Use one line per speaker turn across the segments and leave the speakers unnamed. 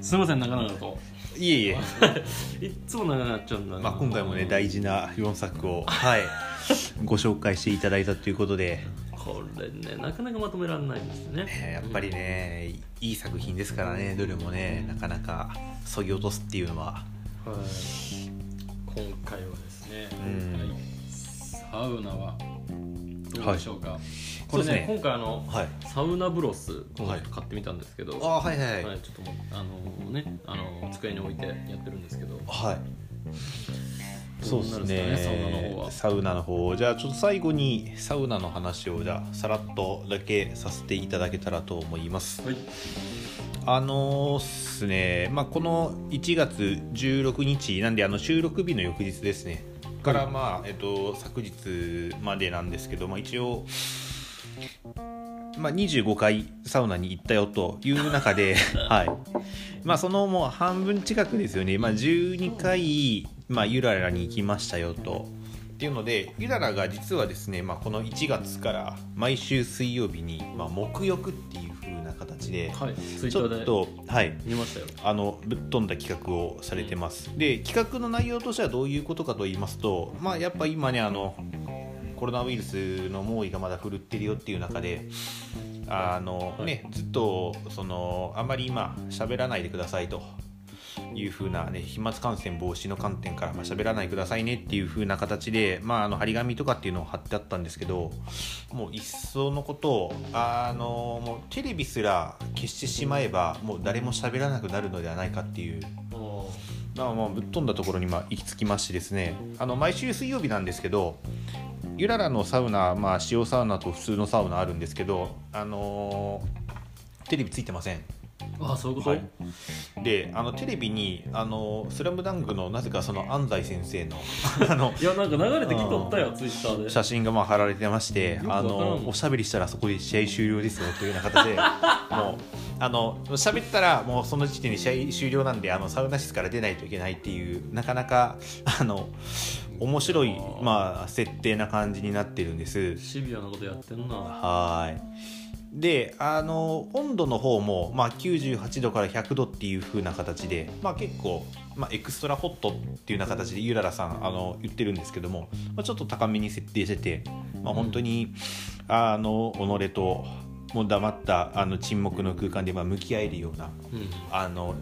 すみません長々と
いえいえ、
いっつも長くなっちゃうんだな
まあ、今回もね大事な4作 を、はい、ご紹介していただいたということで、
これねなかなかまとめられないんですね
えーやっぱりねいい作品ですからねどれもねなかなかそぎ落とすっていうのは
はい、今回はですね、
うん
はいサウナはどうでしょうか、これね
そうですね
今回あの
はい
サウナブロス今
はい
回買ってみたんですけど、
あ
は
はいはい
い
はい
ちょっともうあのねあの机に置いてやってるんですけど
はいそうで
サ
す
ウナの
ね
方は
サウナの方じゃあちょっと最後にサウナの話をじゃあさらっとだけさせていただけたらと思います
はい
あのーっすね、まあ、この1月16日なんであの収録日の翌日ですねからまあ、えっと、昨日までなんですけど、まあ、一応、まあ、25回サウナに行ったよという中で、 はいまあ、そのもう半分近くですよね、まあ、12回、まあ、ゆららに行きましたよと。っていうのでゆららが実はですね、まあ、この1月から毎週水曜日に、まあ、木浴っていう風な形で、
はいツイッ
ち
タ
ょ
ー
っ
で
とはい
見ましたよ
あのぶっ飛んだ企画をされてますで企画の内容としてはどういうことかと言いますとまあやっぱ今ねあのコロナウイルスの猛威がまだ振るってるよっていう中であの
はい
ねずっとそのあんまり今喋らないでくださいという風なね飛沫感染防止の観点からまあ喋らないでくださいねっていう風な形でまああの張り紙とかっていうのを貼ってあったんですけどもう一層のことをあのもうテレビすら消してしまえばもう誰も喋らなくなるのではないかっていうまあまあぶっ飛んだところにまあ行き着きましてですねあの毎週水曜日なんですけどゆららのサウナ、まあ、塩サウナと普通のサウナあるんですけど、あのーテレビついてません。
ああそういうこと、
はいであのテレビに「あのスラムダンクのなぜかその安西先生の あの
いやなんか流れてきとったよツイッターで
写真がまあ貼られてまして
よくわ
あ
からん
のおしゃべりしたらそこで試合終了ですよというような形 でもうあの喋ったらもうその時点で試合終了なんであのサウナ室から出ないといけないっていうなかなかあの面白い、まあ、設定な感じになってるんです。
シビアなことやってんな
はーいであの温度の方も、まあ、98度から100度っていう風な形で、まあ、結構、まあ、エクストラホットっていうような形でゆららさんあの言ってるんですけども、まあ、ちょっと高めに設定してて、まあ、本当にあの己ともう黙ったあの沈黙の空間でまあ向き合えるような
うん
あの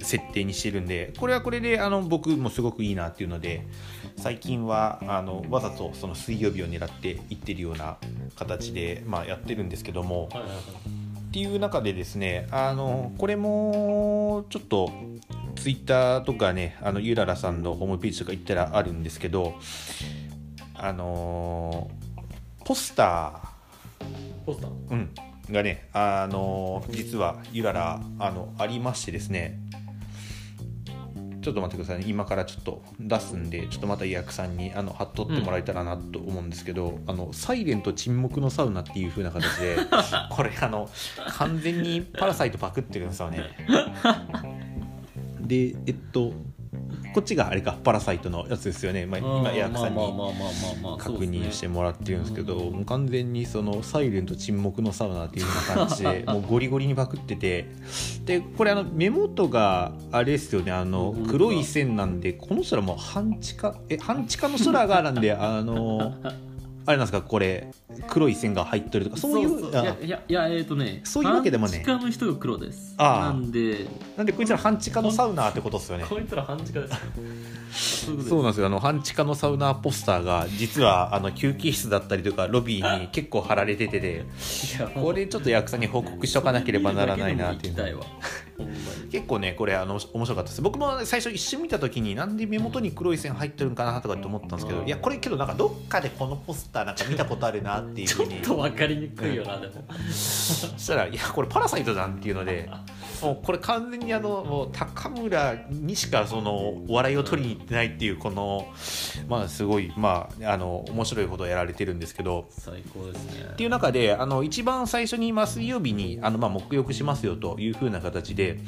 設定にしてるんでこれはこれであの僕もすごくいいなっていうので最近はあのわざとその水曜日を狙っていってるような形で、まあ、やってるんですけども
はいはいはい
っていう中でですねあのこれもちょっとツイッターとかねあのゆららさんのホームページとか行ったらあるんですけどあのポスター
ポスター
うん、がね、あの実はゆららあのありましてですねちょっと待ってくださいね今からちょっと出すんでちょっとまた医薬さんにあの貼っとってもらえたらなと思うんですけど「あのサイレント沈黙のサウナ」っていう風な形 でこれあの完全に「パラサイト」パクってるんですよ ね。でえっとこっちがあれか「パラサイト」のやつですよね、まあ、今医薬さん
まあまあまあまあ
に
まあまあ
確認してもらってるんですけどもう完全にその「サイレント沈黙のサウナ」っていうような感じ でもうゴリゴリにパクっててでこれあの目元があれですよねあの
うん
黒い線なんでこの空もう半地下え半地下の空がなん であのあれなんですかこれ黒い線が入ってるとかそういう
や
あ
いやいやえっ、とね
そういうわけでもね
半地下の人が黒です
ああ
なんで
なんでこいつら半地下のサウナーってことですよね。
こいつら半地下ですよそういうことです
そうなんですよあの半地下のサウナーポスターが実はあの休憩室だったりとかロビーに結構貼られててで
いや
これちょっと役者に報告しとかなければならないなっていう
見るだけでも行きたいわほんまに
結構ねこれあの面白かったです僕も最初一瞬見た時になんで目元に黒い線入ってるんかなとかって思ったんですけ
う
ど
ん
いやこれけどなんかどっかでこのポスターなんか見たことあるなっていう
ち
ふ
ょ
う
っ
に
と分かりにくいよな、でも
そしたら「いやこれパラサイトじゃん」っていうのでもうこれ完全にあのもう高村にしかそのお笑いを取りに行ってないっていうこのまあすごいまああの面白いほどやられてるんですけど。
最高ですね
っていう中であの一番最初に、まあ、水曜日にあの、まあ、目浴しますよというふうな形で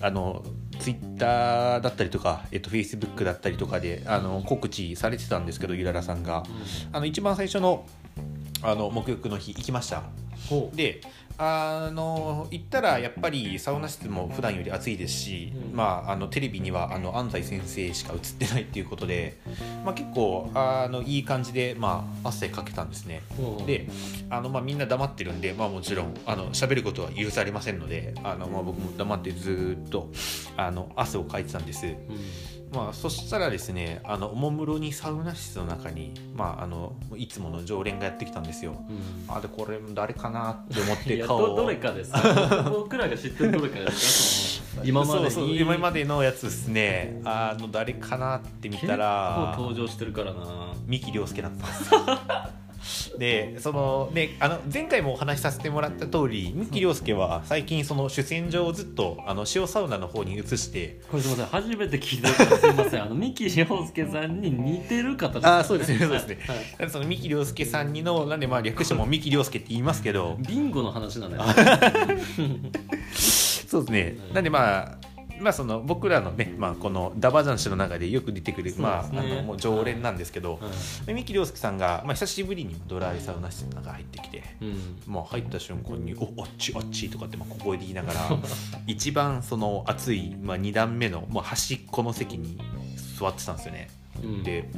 あのツイッターだったりとか、えっと、フェイスブックだったりとかであの告知されてたんですけどゆららさんがあの一番最初のあの目浴の日行きました
ほう
であの行ったらやっぱりサウナ室も普段より暑いですし、
うん
まあ、あのテレビにはあの安西先生しか映ってないっていうことで、まあ、結構あのいい感じで、まあ、汗かけたんですね。
ほう
であの、まあ、みんな黙ってるんで、まあ、もちろんあの喋ることは許されませんのであの、まあ、僕も黙ってずっとあの汗をかいてたんです、
うん
まあ、そしたらですねあのおもむろにサウナ室の中に、まあ、あのいつもの常連がやってきたんですよ
うん
あでこれ誰かなって思っ
い
て
や
顔
ど
を
どれかです 僕らが知ってるどれかですかその今までに
そうそう今までのやつですねあの誰かなって見たら
結構登場してるからな
三木亮介だったんですよでそのねあの前回もお話しさせてもらった通り三木亮介は最近その主戦場をずっとあの塩サウナの方に移して
これすみません初めて聞いたからすみませんあの三木翔介さんに似てる方です
あーそうですね そうですね
はいはい
その三木亮介さんにのなんでまあ略しても三木亮介って言いますけど
ビンゴの話なんだよ
そうですねなんでまあまあその僕らのね、まあ、このダバジャン氏の中でよく出てくる、
そうですね
まあ、あのもう常連なんですけど、で三木亮介さんが、まあ、久しぶりにドライサウナ室の中入ってきて、
うん
まあ、入った瞬間に「おあっちあっち」とかってまあ小声で言いなが ら一番その暑い、まあ、2段目の、まあ、端っこの席に座ってたんですよね。
うん
で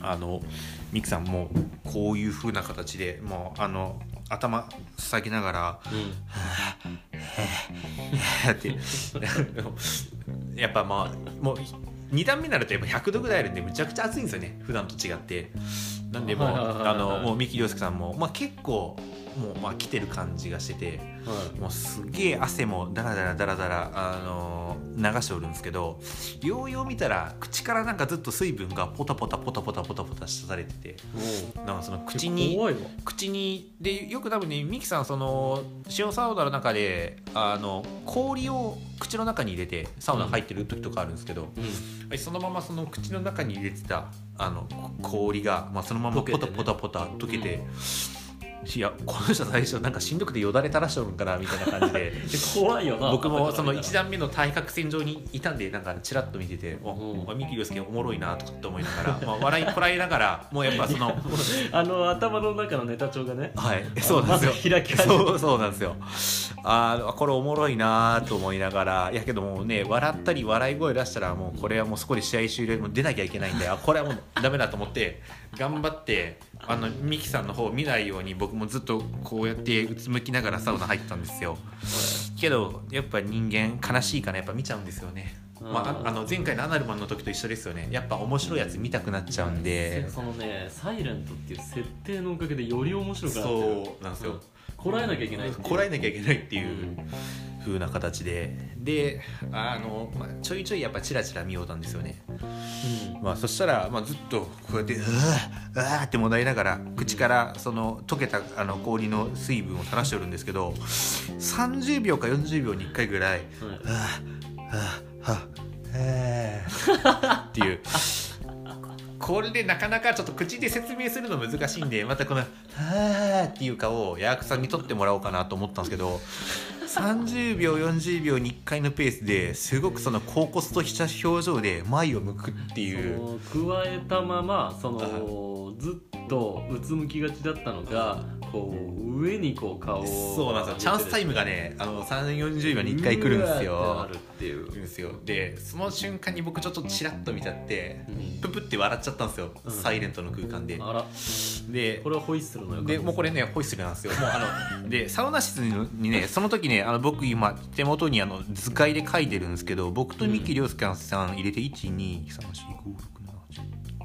あのミキさんもこういう風な形でもうあの頭下げながら
う
だって やっぱまあもう2段目になるとやっぱ100度ぐらいあるんでむちゃくちゃ暑いんですよね普段と違ってなんでもう
はいはいはいはい
あのもう三木亮介さんも、まあ、結構もうまあ来てる感じがしてて
んは
もうすげえ汗もダラダラダラダラあの流しておるんですけどようよう見たら口からなんかずっと水分がポタポタポタポタポタポタされてて
いも
なんかその
う
口に
怖いわ
口にでよく多分ねミキさんその塩サウナの中であの氷を口の中に入れてサウナ入ってる時とかあるんですけど、
うん
そのままその口の中に入れてたあのこ氷が、まあ、そのまま
溶け
ポ
て
タ
ね
ポタポタ溶けて。いやこの人最初なんかしんどくてよだれ垂らしておるんかなみたいな感じで
怖いよな
僕もその1
一
段目の対角線上にいたんでなんかチラッと見てて「お
うん
お三木亮介おもろいな」とかって思いながら、まあ、笑いこらえながらもうやっぱその
あの頭の中のネタ帳がね
はいそうなんですよ
まず開き始めた
そうそうなんですよあーこれおもろいなーと思いながらいやけどもうね笑ったり笑い声出したらもうこれはもうそこで試合終了もう出なきゃいけないんであこれはもうダメだと思って頑張ってあのミキさんの方を見ないように僕もずっとこうやってうつむきながらサウナ入ったんですよけどやっぱ人間悲しいからやっぱ見ちゃうんですよね
うん
まあ、あの前回のアナルマンの時と一緒ですよねやっぱ面白いやつ見たくなっちゃうんで
そのね「サイレントっていう設定のおかげでより面白くなってる
そうなんですよ、
んこらえなきゃいけないっていう
こらえなきゃいけないっていううん風な形でであの、まあ、ちょいちょいやっぱチラチラ見ようたんですよね、
う
まあ、そしたら、まあ、ずっとこうやってうわーうわーってもらいながら口からその溶けたあの氷の水分を垂らしておるんですけど30秒か40秒に1回ぐらい
んはい
「ああはえー」っていう。これでなかなかちょっと口で説明するの難しいんでまたこの「はあ」っていう顔をヤークさんに取ってもらおうかなと思ったんですけど30秒40秒に1回のペースですごくその高骨とした表情で前を向くっていう
その加えたままそのずっとうつむきがちだったのがこう上にこう顔を
そうなんですよチャンスタイムがねあの340秒に1回来るんで
う
す
わーっ
よ
てなるっていう
来るんですよでその瞬間に僕ちょっとチラッと見ちゃって
うん
ププって笑っちゃったんですよ
うん
サイレントの空間で
あら
で
これをホイッスルのよ
でもうこれねホイッスルなんですよもうあのでサウナ室にねその時ねあの僕今手元にあの図解で書いてるんですけど僕と三木亮介さん入れて123456789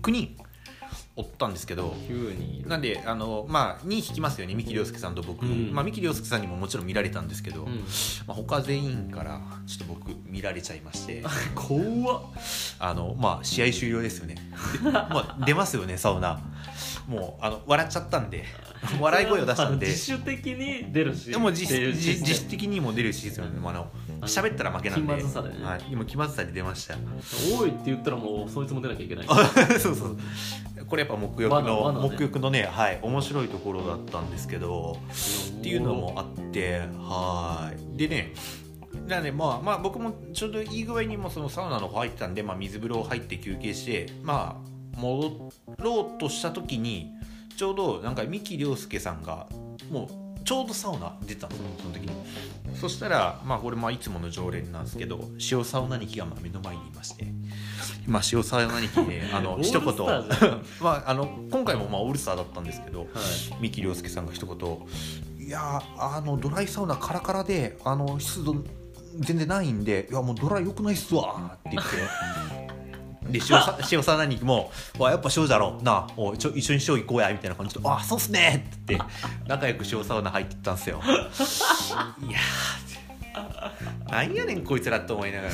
人おったんですけど
急に
なんであのまあ2引きますよね三木亮介さんと
う
僕、
ん
まあ、三木亮介さんにももちろん見られたんですけど、
うん
まあ、他全員からちょっと僕見られちゃいまして
怖っ
あのまあ試合終了ですよねでま あ出ますよねサウナもうあの笑っちゃったんで笑い声を出したんで
自主的に出るし
でも実
っていう
実実質的にも出るしですよねまああの喋ったら負けなんで
気まずさでね
はい、でも気まずさで出ました
多いって言ったらもうそいつも出なきゃいけない
そうそうこれやっぱ目浴
わなわな
の
ね
目浴のねはい面白いところだったんですけど
っ
っていうのもあってはーいでねなのでまあまあ僕もちょうどいい具合にもうそのサウナの方入ってたんで、まあ、水風呂入って休憩してまあ戻ろうとした時にちょうどなんか三木亮介さんがもうちょうどサウナ出たんですよその時にそしたらまあこれまあいつもの常連なんですけど塩サウナニキがまあ目の前にいましてまあ塩サウナニキねあの
オールス
一
タ
言
ーじゃん
まああの今回もまあオールスターだったんですけど
はい
三木亮介さんが一言「いやーあのドライサウナカラカラであの湿度全然ないんでいやもうドライ良くないっすわ」って言って。 で塩さ塩さなにも「わやっぱ塩だろなあおいちょ一緒に塩行こうや」みたいな感じで「あそうっすね」って言って仲良く塩サウナ入ってったんです よいやーなんやねんこいつらと思いな がら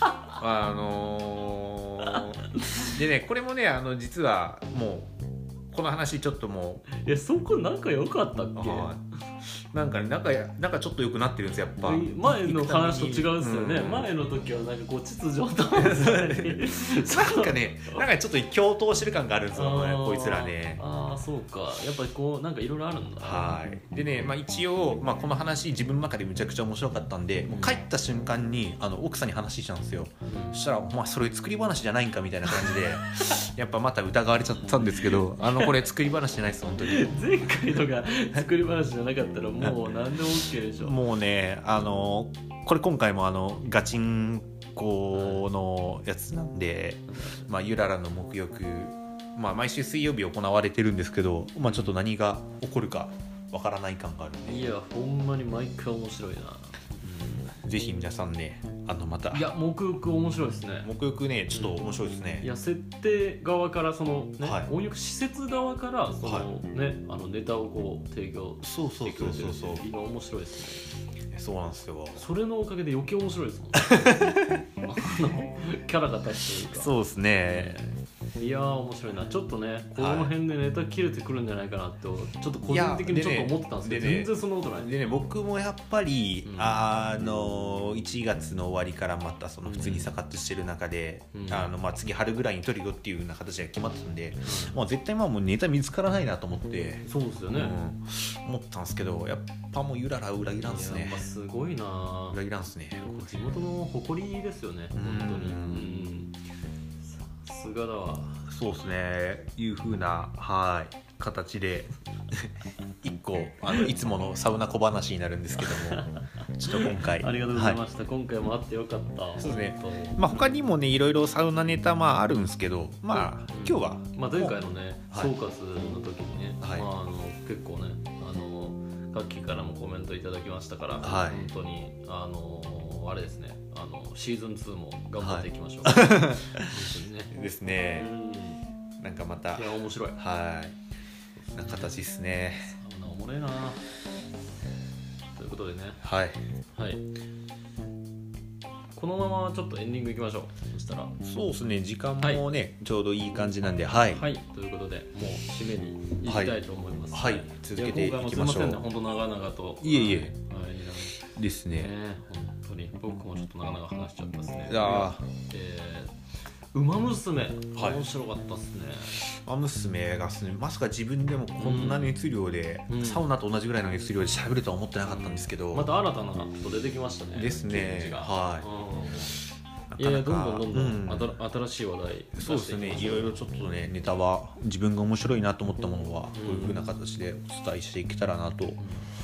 あのーでねこれもねあの実はもうこの話ちょっともう
いやそこ仲良かったっけ
はいなんかね仲やなんかちょっと良くなってるんですよやっぱ
前の話と違うんですよね、
うん
前の時はなんかこう秩序と思ってたのに
なんかねなんかちょっと共闘してる感があるんですよね
あー
こいつらね
ああそうかやっぱりこうなんかいろいろあるんだ
はいでね、まあ、一応、まあ、この話自分の中でむちゃくちゃ面白かったんでもう帰った瞬間にあの奥さんに話したんですよそしたら「お前それ作り話じゃないんか」みたいな感じでやっぱまた疑われちゃったんですけどあのこれ作り話じゃないです本当に
前回のが作り話じゃなかったらもう何でも OK でしょ
もうねあのこれ今回もあのガチンコのやつなんで、まあ、ゆららの沐浴、まあ、毎週水曜日行われてるんですけど、まあ、ちょっと何が起こるかわからない感があるんで、
いやほんまに毎回面白いな
ぜひ皆さんねあのまた
いや黙浴面白いですね
沐浴ねちょっと面白いですね
い、や設定側からそのね
はい
温浴施設側からそ
は
のねあのネタをこう提供
そうそ
し
う
てくれ
そう
てる
そ
っ
う
て
そう
今面白いですね
そうなんですよ
それのおかげで余計面白いですもんあの キャラが立つというか
そうですね
いやー面白いなちょっとねこの辺でネタ切れてくるんじゃないかなってちょっと個人的にちょっと思ってたんですけど
いやで
全
ね
然そんなことない
でね僕もやっぱり、
うん
あの1月の終わりからまたその普通にサカッとしてる中で、
うん
あのまあ、次春ぐらいに撮るよっていうような形が決まってたんで、まあ、絶対まあもうネタ見つからないなと思って、
そうですよ
う
ね、
ん思ったんですけどやっぱもうゆららは裏切らんっす
いやや
ね
っぱすごいなー
裏切らんっすね
地元の誇りですよね
うん
本当にうんさすがだわ
そうですねいうふうなはい形で 一個あのいつものサウナ小話になるんですけど もちょっと今回
ありがとうござい
は
ました、今回もあってよかった
そうですね
本当
まあ、他にもねいろいろサウナネタまああるんですけどまあ
うん
今日は、
まあ、前回のね、
はい
総括の時にね、
はい
まあ、あの結構ねあの各機からもコメントいただきましたから、
はい
本当にあのあれですねあのシーズン2も頑張っていきましょう、本当に ね
です
う
ね
ん
なんかまた
いや面白いあ
はいな形ですね
んなおもれえなということでね
はい
はいこのままちょっとエンディングいきましょうそしたら
そうですね時間もね、ちょうどいい感じなんではい、
はい、ということで、もう締めに行きたいと思います。
はいはい続けていきましょう
や今回もすいませんね、本当長々と。
いえい
は
え
い、はいね
ですね
本当に、僕もちょっと長々話しちゃったですね。
いや
えー、馬娘、
はい
面白かったですね。
ーまあ娘がですねまさか自分でもこんな熱量で、
うん
サウナと同じぐらいの熱量で喋るとは思ってなかったんですけど、
また新たなのが出てきましたね。
ですね
記事が
はい
うんい
な
や
か
い
な
や、
か
どんどんどんど
うん
ん、あた新しい話題出してきまし
そ
た。
うですねいろいろちょっとねネタは自分が面白いなと思ったものはこういうふうな形でお伝えしていけたらなと、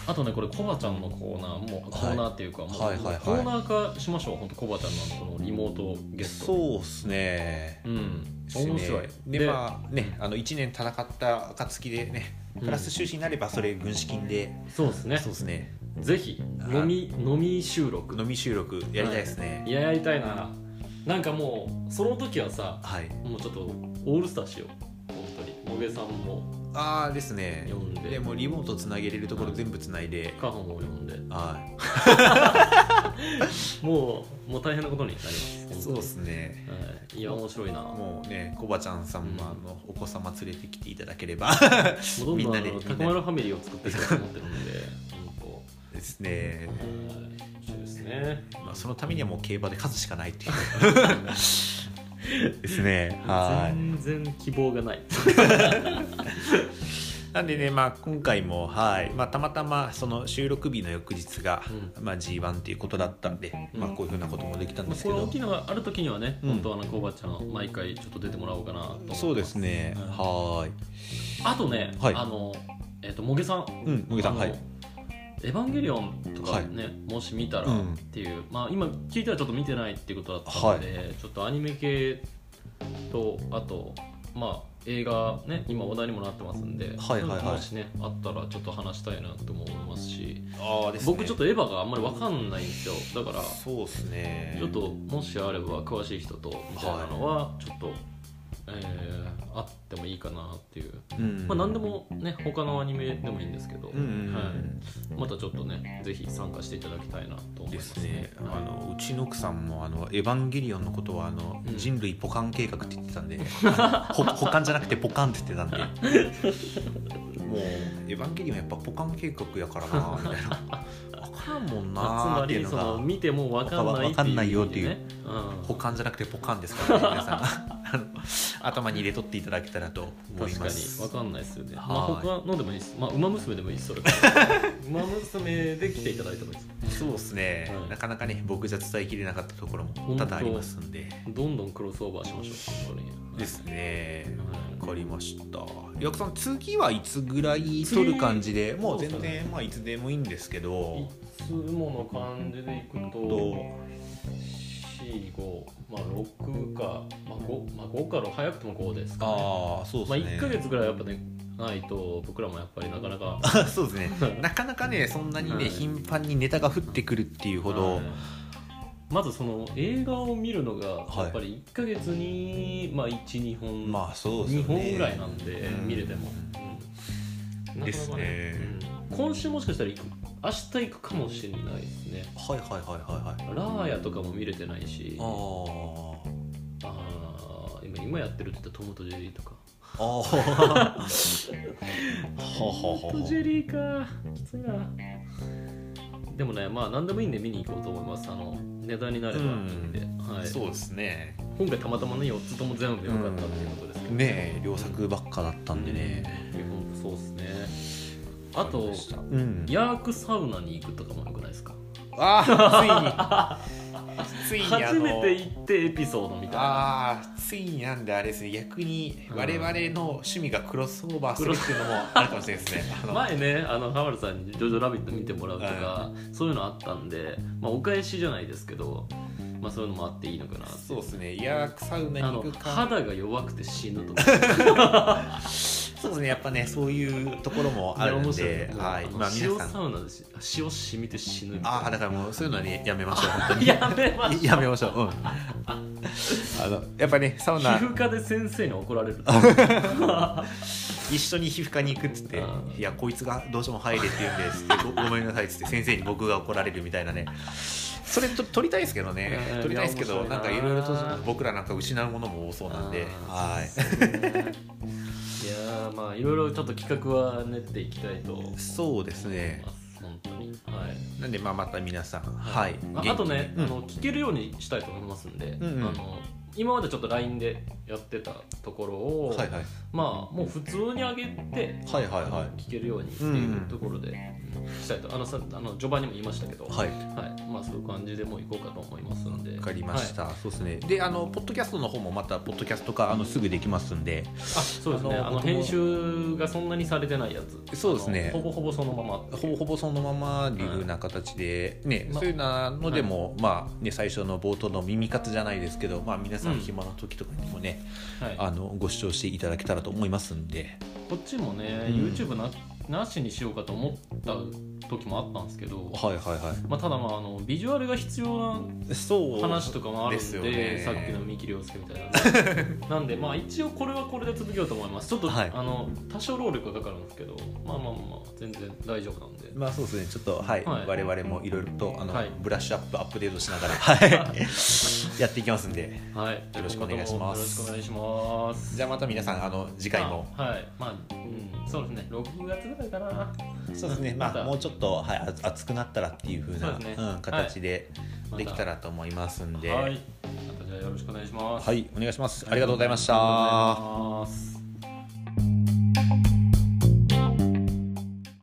あとねこれコバちゃんのコーナーもコーナーっていうか、もう
はいはいはいはい
コーナー化しましょう本当コバちゃんのあのこのリモートゲスト
そうですね
うん
ですね
面白い
でまあねあの1年戦った暁でね
うん
プラス収支になればそれ軍資金で、
そうですね
そうですね
ぜひ飲み飲み収録
飲み収録やりたいです
い
ね
ややりたいななんかもうその時はさ
はい、
もうちょっとオールスターしよう本当に野毛さんも
ああですね
呼んで
でもうリモートつなげれるところ全部つないで、
カホンを呼んで
は
もうもう大変なことになります
い
本当
そう
に
ですね
はい、いや面白いなも
もうねコバちゃんさんもあのお子様連れてきていただけ れば
うどんどんあ
みんな
の
で
タコマルファミリーを作っていきたいと思ってるので本
ですね
当はい面白いですね
まあ、そのためにはもう競馬で勝つしかない っていうですねはい
全然希望がない
なんでね、まあ、今回も、はいまあ、たまたまその収録日の翌日が、まあ、g 1っていうことだったんで、
うん
まあ、こういうふうなこともできたん
ま
で
あ
す
こ
け
れ
ど、
大きいのがある時にはね、
う
本
ん
当はあのコバちゃん毎回ちょっと出てもらおうかなと思ってます
そうですね、
うん
はーい
あとね、
はい
あのえっ、と茂木さん
うん茂木さん
あの
はい
エヴァンゲリオン」とかね、もし見たら
う
っ
ん
ていう、まあ今聞いたらちょっと見てないっていうことだったので、ちょっとアニメ系とあとまあ映画ね今話題にもなってますんで、
はいはいはい
もしねあったらちょっと話したいなとも思いますし
ああですね
僕ちょっとエヴァがあんまり分かんないんですよだから
そうですね
ちょっともしあれば詳しい人とみたいなのはちょっと、えーあってもいいかなっていう、
うん
まあ、何でもね他のアニメでもいいんですけど、
うんうんうん
はい、またちょっとねぜひ参加していただきたいなと思い
で
ますす
ね、あのうちの奥さんもあの「エヴァンゲリオン」のことはあの、
うん
人類ポカン計画って言って たんでほ保管じゃなくてポカンって言ってたんでもう「エヴァンゲリオン」やっぱポカン計画やからなみたいな分からんもん
まあつ
なーっ
ま
てい
り
う
その
のが
見ても分かんないって
わかんない
いう意
よっ
味
て
で
いう
ね、うん
保管じゃなくてポカンですから、ね、皆さん あの頭に入れとっていただけたらと思い
確か
ま
に
す
分かんないですよね、まあ、
はい
他のでもいいです、まあ、馬娘でもいいですそれから 馬娘で来ていただいてもいいです
そうですね、
はい
なかなかね僕じゃ伝えきれなかったところも多々ありますんで
どんどんクロスオーバーしましょう本当に
ですね
はい
わかりました役さん次はいつぐらい取る感じでもう全
そうです
然まあいつでもいいんですけ
い
ど
つもの感じでいくと
と
45まあ6か、まあ、5, まあ5から早くても5ですか、ね
ああそう
まあ、
ですね
1か月ぐらいやっぱねないと僕らもやっぱりなかなか
そうですねなかなかねそんなに
は
ね
い
頻繁にネタが降ってくるっていうほ
は
ど
いまずその映画を見るのが
い
やっぱり1か月に、まあ、12本、
まあそうで
2
すよね
本ぐらいなんで、見れても、うん
ですね
うん今週もしかしたら行く明日行くかもしれないですね
はいはいはいはいはい
ラーヤとかも見れてないし
あー
あー今今やってるって言ったらトムとジェリーとか
あーはははは
トムとジェリーかきついなでもねまあ何でもいいんで見に行こうと思いますあのネタになればいいんで、はい、
そうですね
今回たまたまね4つとも全部良かったっていうことですけど、
ねえ両作ばっかだったんでね
いやほんとそうですねあと
うん
ヤークサウナに行くとかもよくないですか
あーつ いについにあ
初
の
めて行ってエピソードみたいな
あーついになんであれですね逆に我々の趣味がクロスオーバーするっていうのもあるかもしれないですねあの
前ねあの浜田さんに「ジョジョラビット!」見てもらうとか、そういうのあったんで、まあ、お返しじゃないですけど、まあ、そういうのもあっていいのかなって
そうですねいやーサウナ
あ
に
の
行くか
肌が弱くて死ぬとか
そうですねやっぱねそういうところ もあるんで、はい
あの
まあ皆
塩
さ
サ
ん
ウナでし塩染みて死ぬみたい
ああだからもうそういうのはねやめましょう本当
な
に
やめまし
やめましょう、うん、あのやっぱねサウ
皮
ナ
膚科で先生に怒られる
一緒に皮膚科に行くっつって
うん
「いやこいつがどうしても入れ」って言うんでつ ってごごめんなさい」っつって先生に僕が怒られるみたいなねそれと取りたいですけどね
うん
取りたいですけ
いや
ど
面白い
な
なん
かいろいろと僕らなんか失うものも多そうなんで
あー
はい
そうねいやーまあいろいろちょっと企画は練っていきたいと思い
そうですね
ます本当にはい
なんでまあまた皆さんはい元気に
ああとね、
うん
あの聞けるようにしたいと思いますんで、
んうん
あの今までちょっと LINE でやってたところを、
はいはい
まあもう普通に上げて、
はいはいはい
聞けるようにっていうところで、うんしたいとあのさあの序盤にも言いましたけど、
はい
はいまあ、そういう感じでもう行こうかと思いますんで
わかりまし
はい
た、そうですねであのポッドキャストの方もまたポッドキャスト化あのすぐできますんで
あそうですね
あ
あ
の
の
僕も
編集がそんなにされてないやつ
そうですね
あのほぼほぼそのまま
ほぼほぼそのままリフな形で、ね
ま
そういうのでも、まあね、最初の冒頭の耳活じゃないですけど、まあ、皆さん
うん
暇な時とかにもね、
はい、
あのご視聴していただけたらと思いますんで
こっちもね、
うん
YouTube ななしにしようかと思った時もあったんですけど、
はいはいは
まあ、ただまああのビジュアルが必要
いそう
な話とかもあるん
です
で
よね
さっきの三木亮介みたいな、 なんでまあ一応これはこれで続けようと思いますちょっと、
はい
あの多少労力がかかるんですけどまあまあまあまあ全然大丈夫なん で
まあそうですねちょっとはい、
はい
我々もいろいろとあの、
はい
ブラッシュアップアップデートしな がら、はい、やっていきますんで
はい
よろしくお願いします
よろしくお願いします
じゃあまた皆さんあの次回も
まあはいまあ、うん、そうですね6月ぐらいかな
そうですねま
ま
あ
た
もうちょっと、はい、あ熱くなったらっていう風な
そうですね
うん、形で
はい
できたらと思いますんで。
はいまたじゃあよろしくお願いします
はい、お願いします。ありがとうございまし
ありがとうござ
た。
います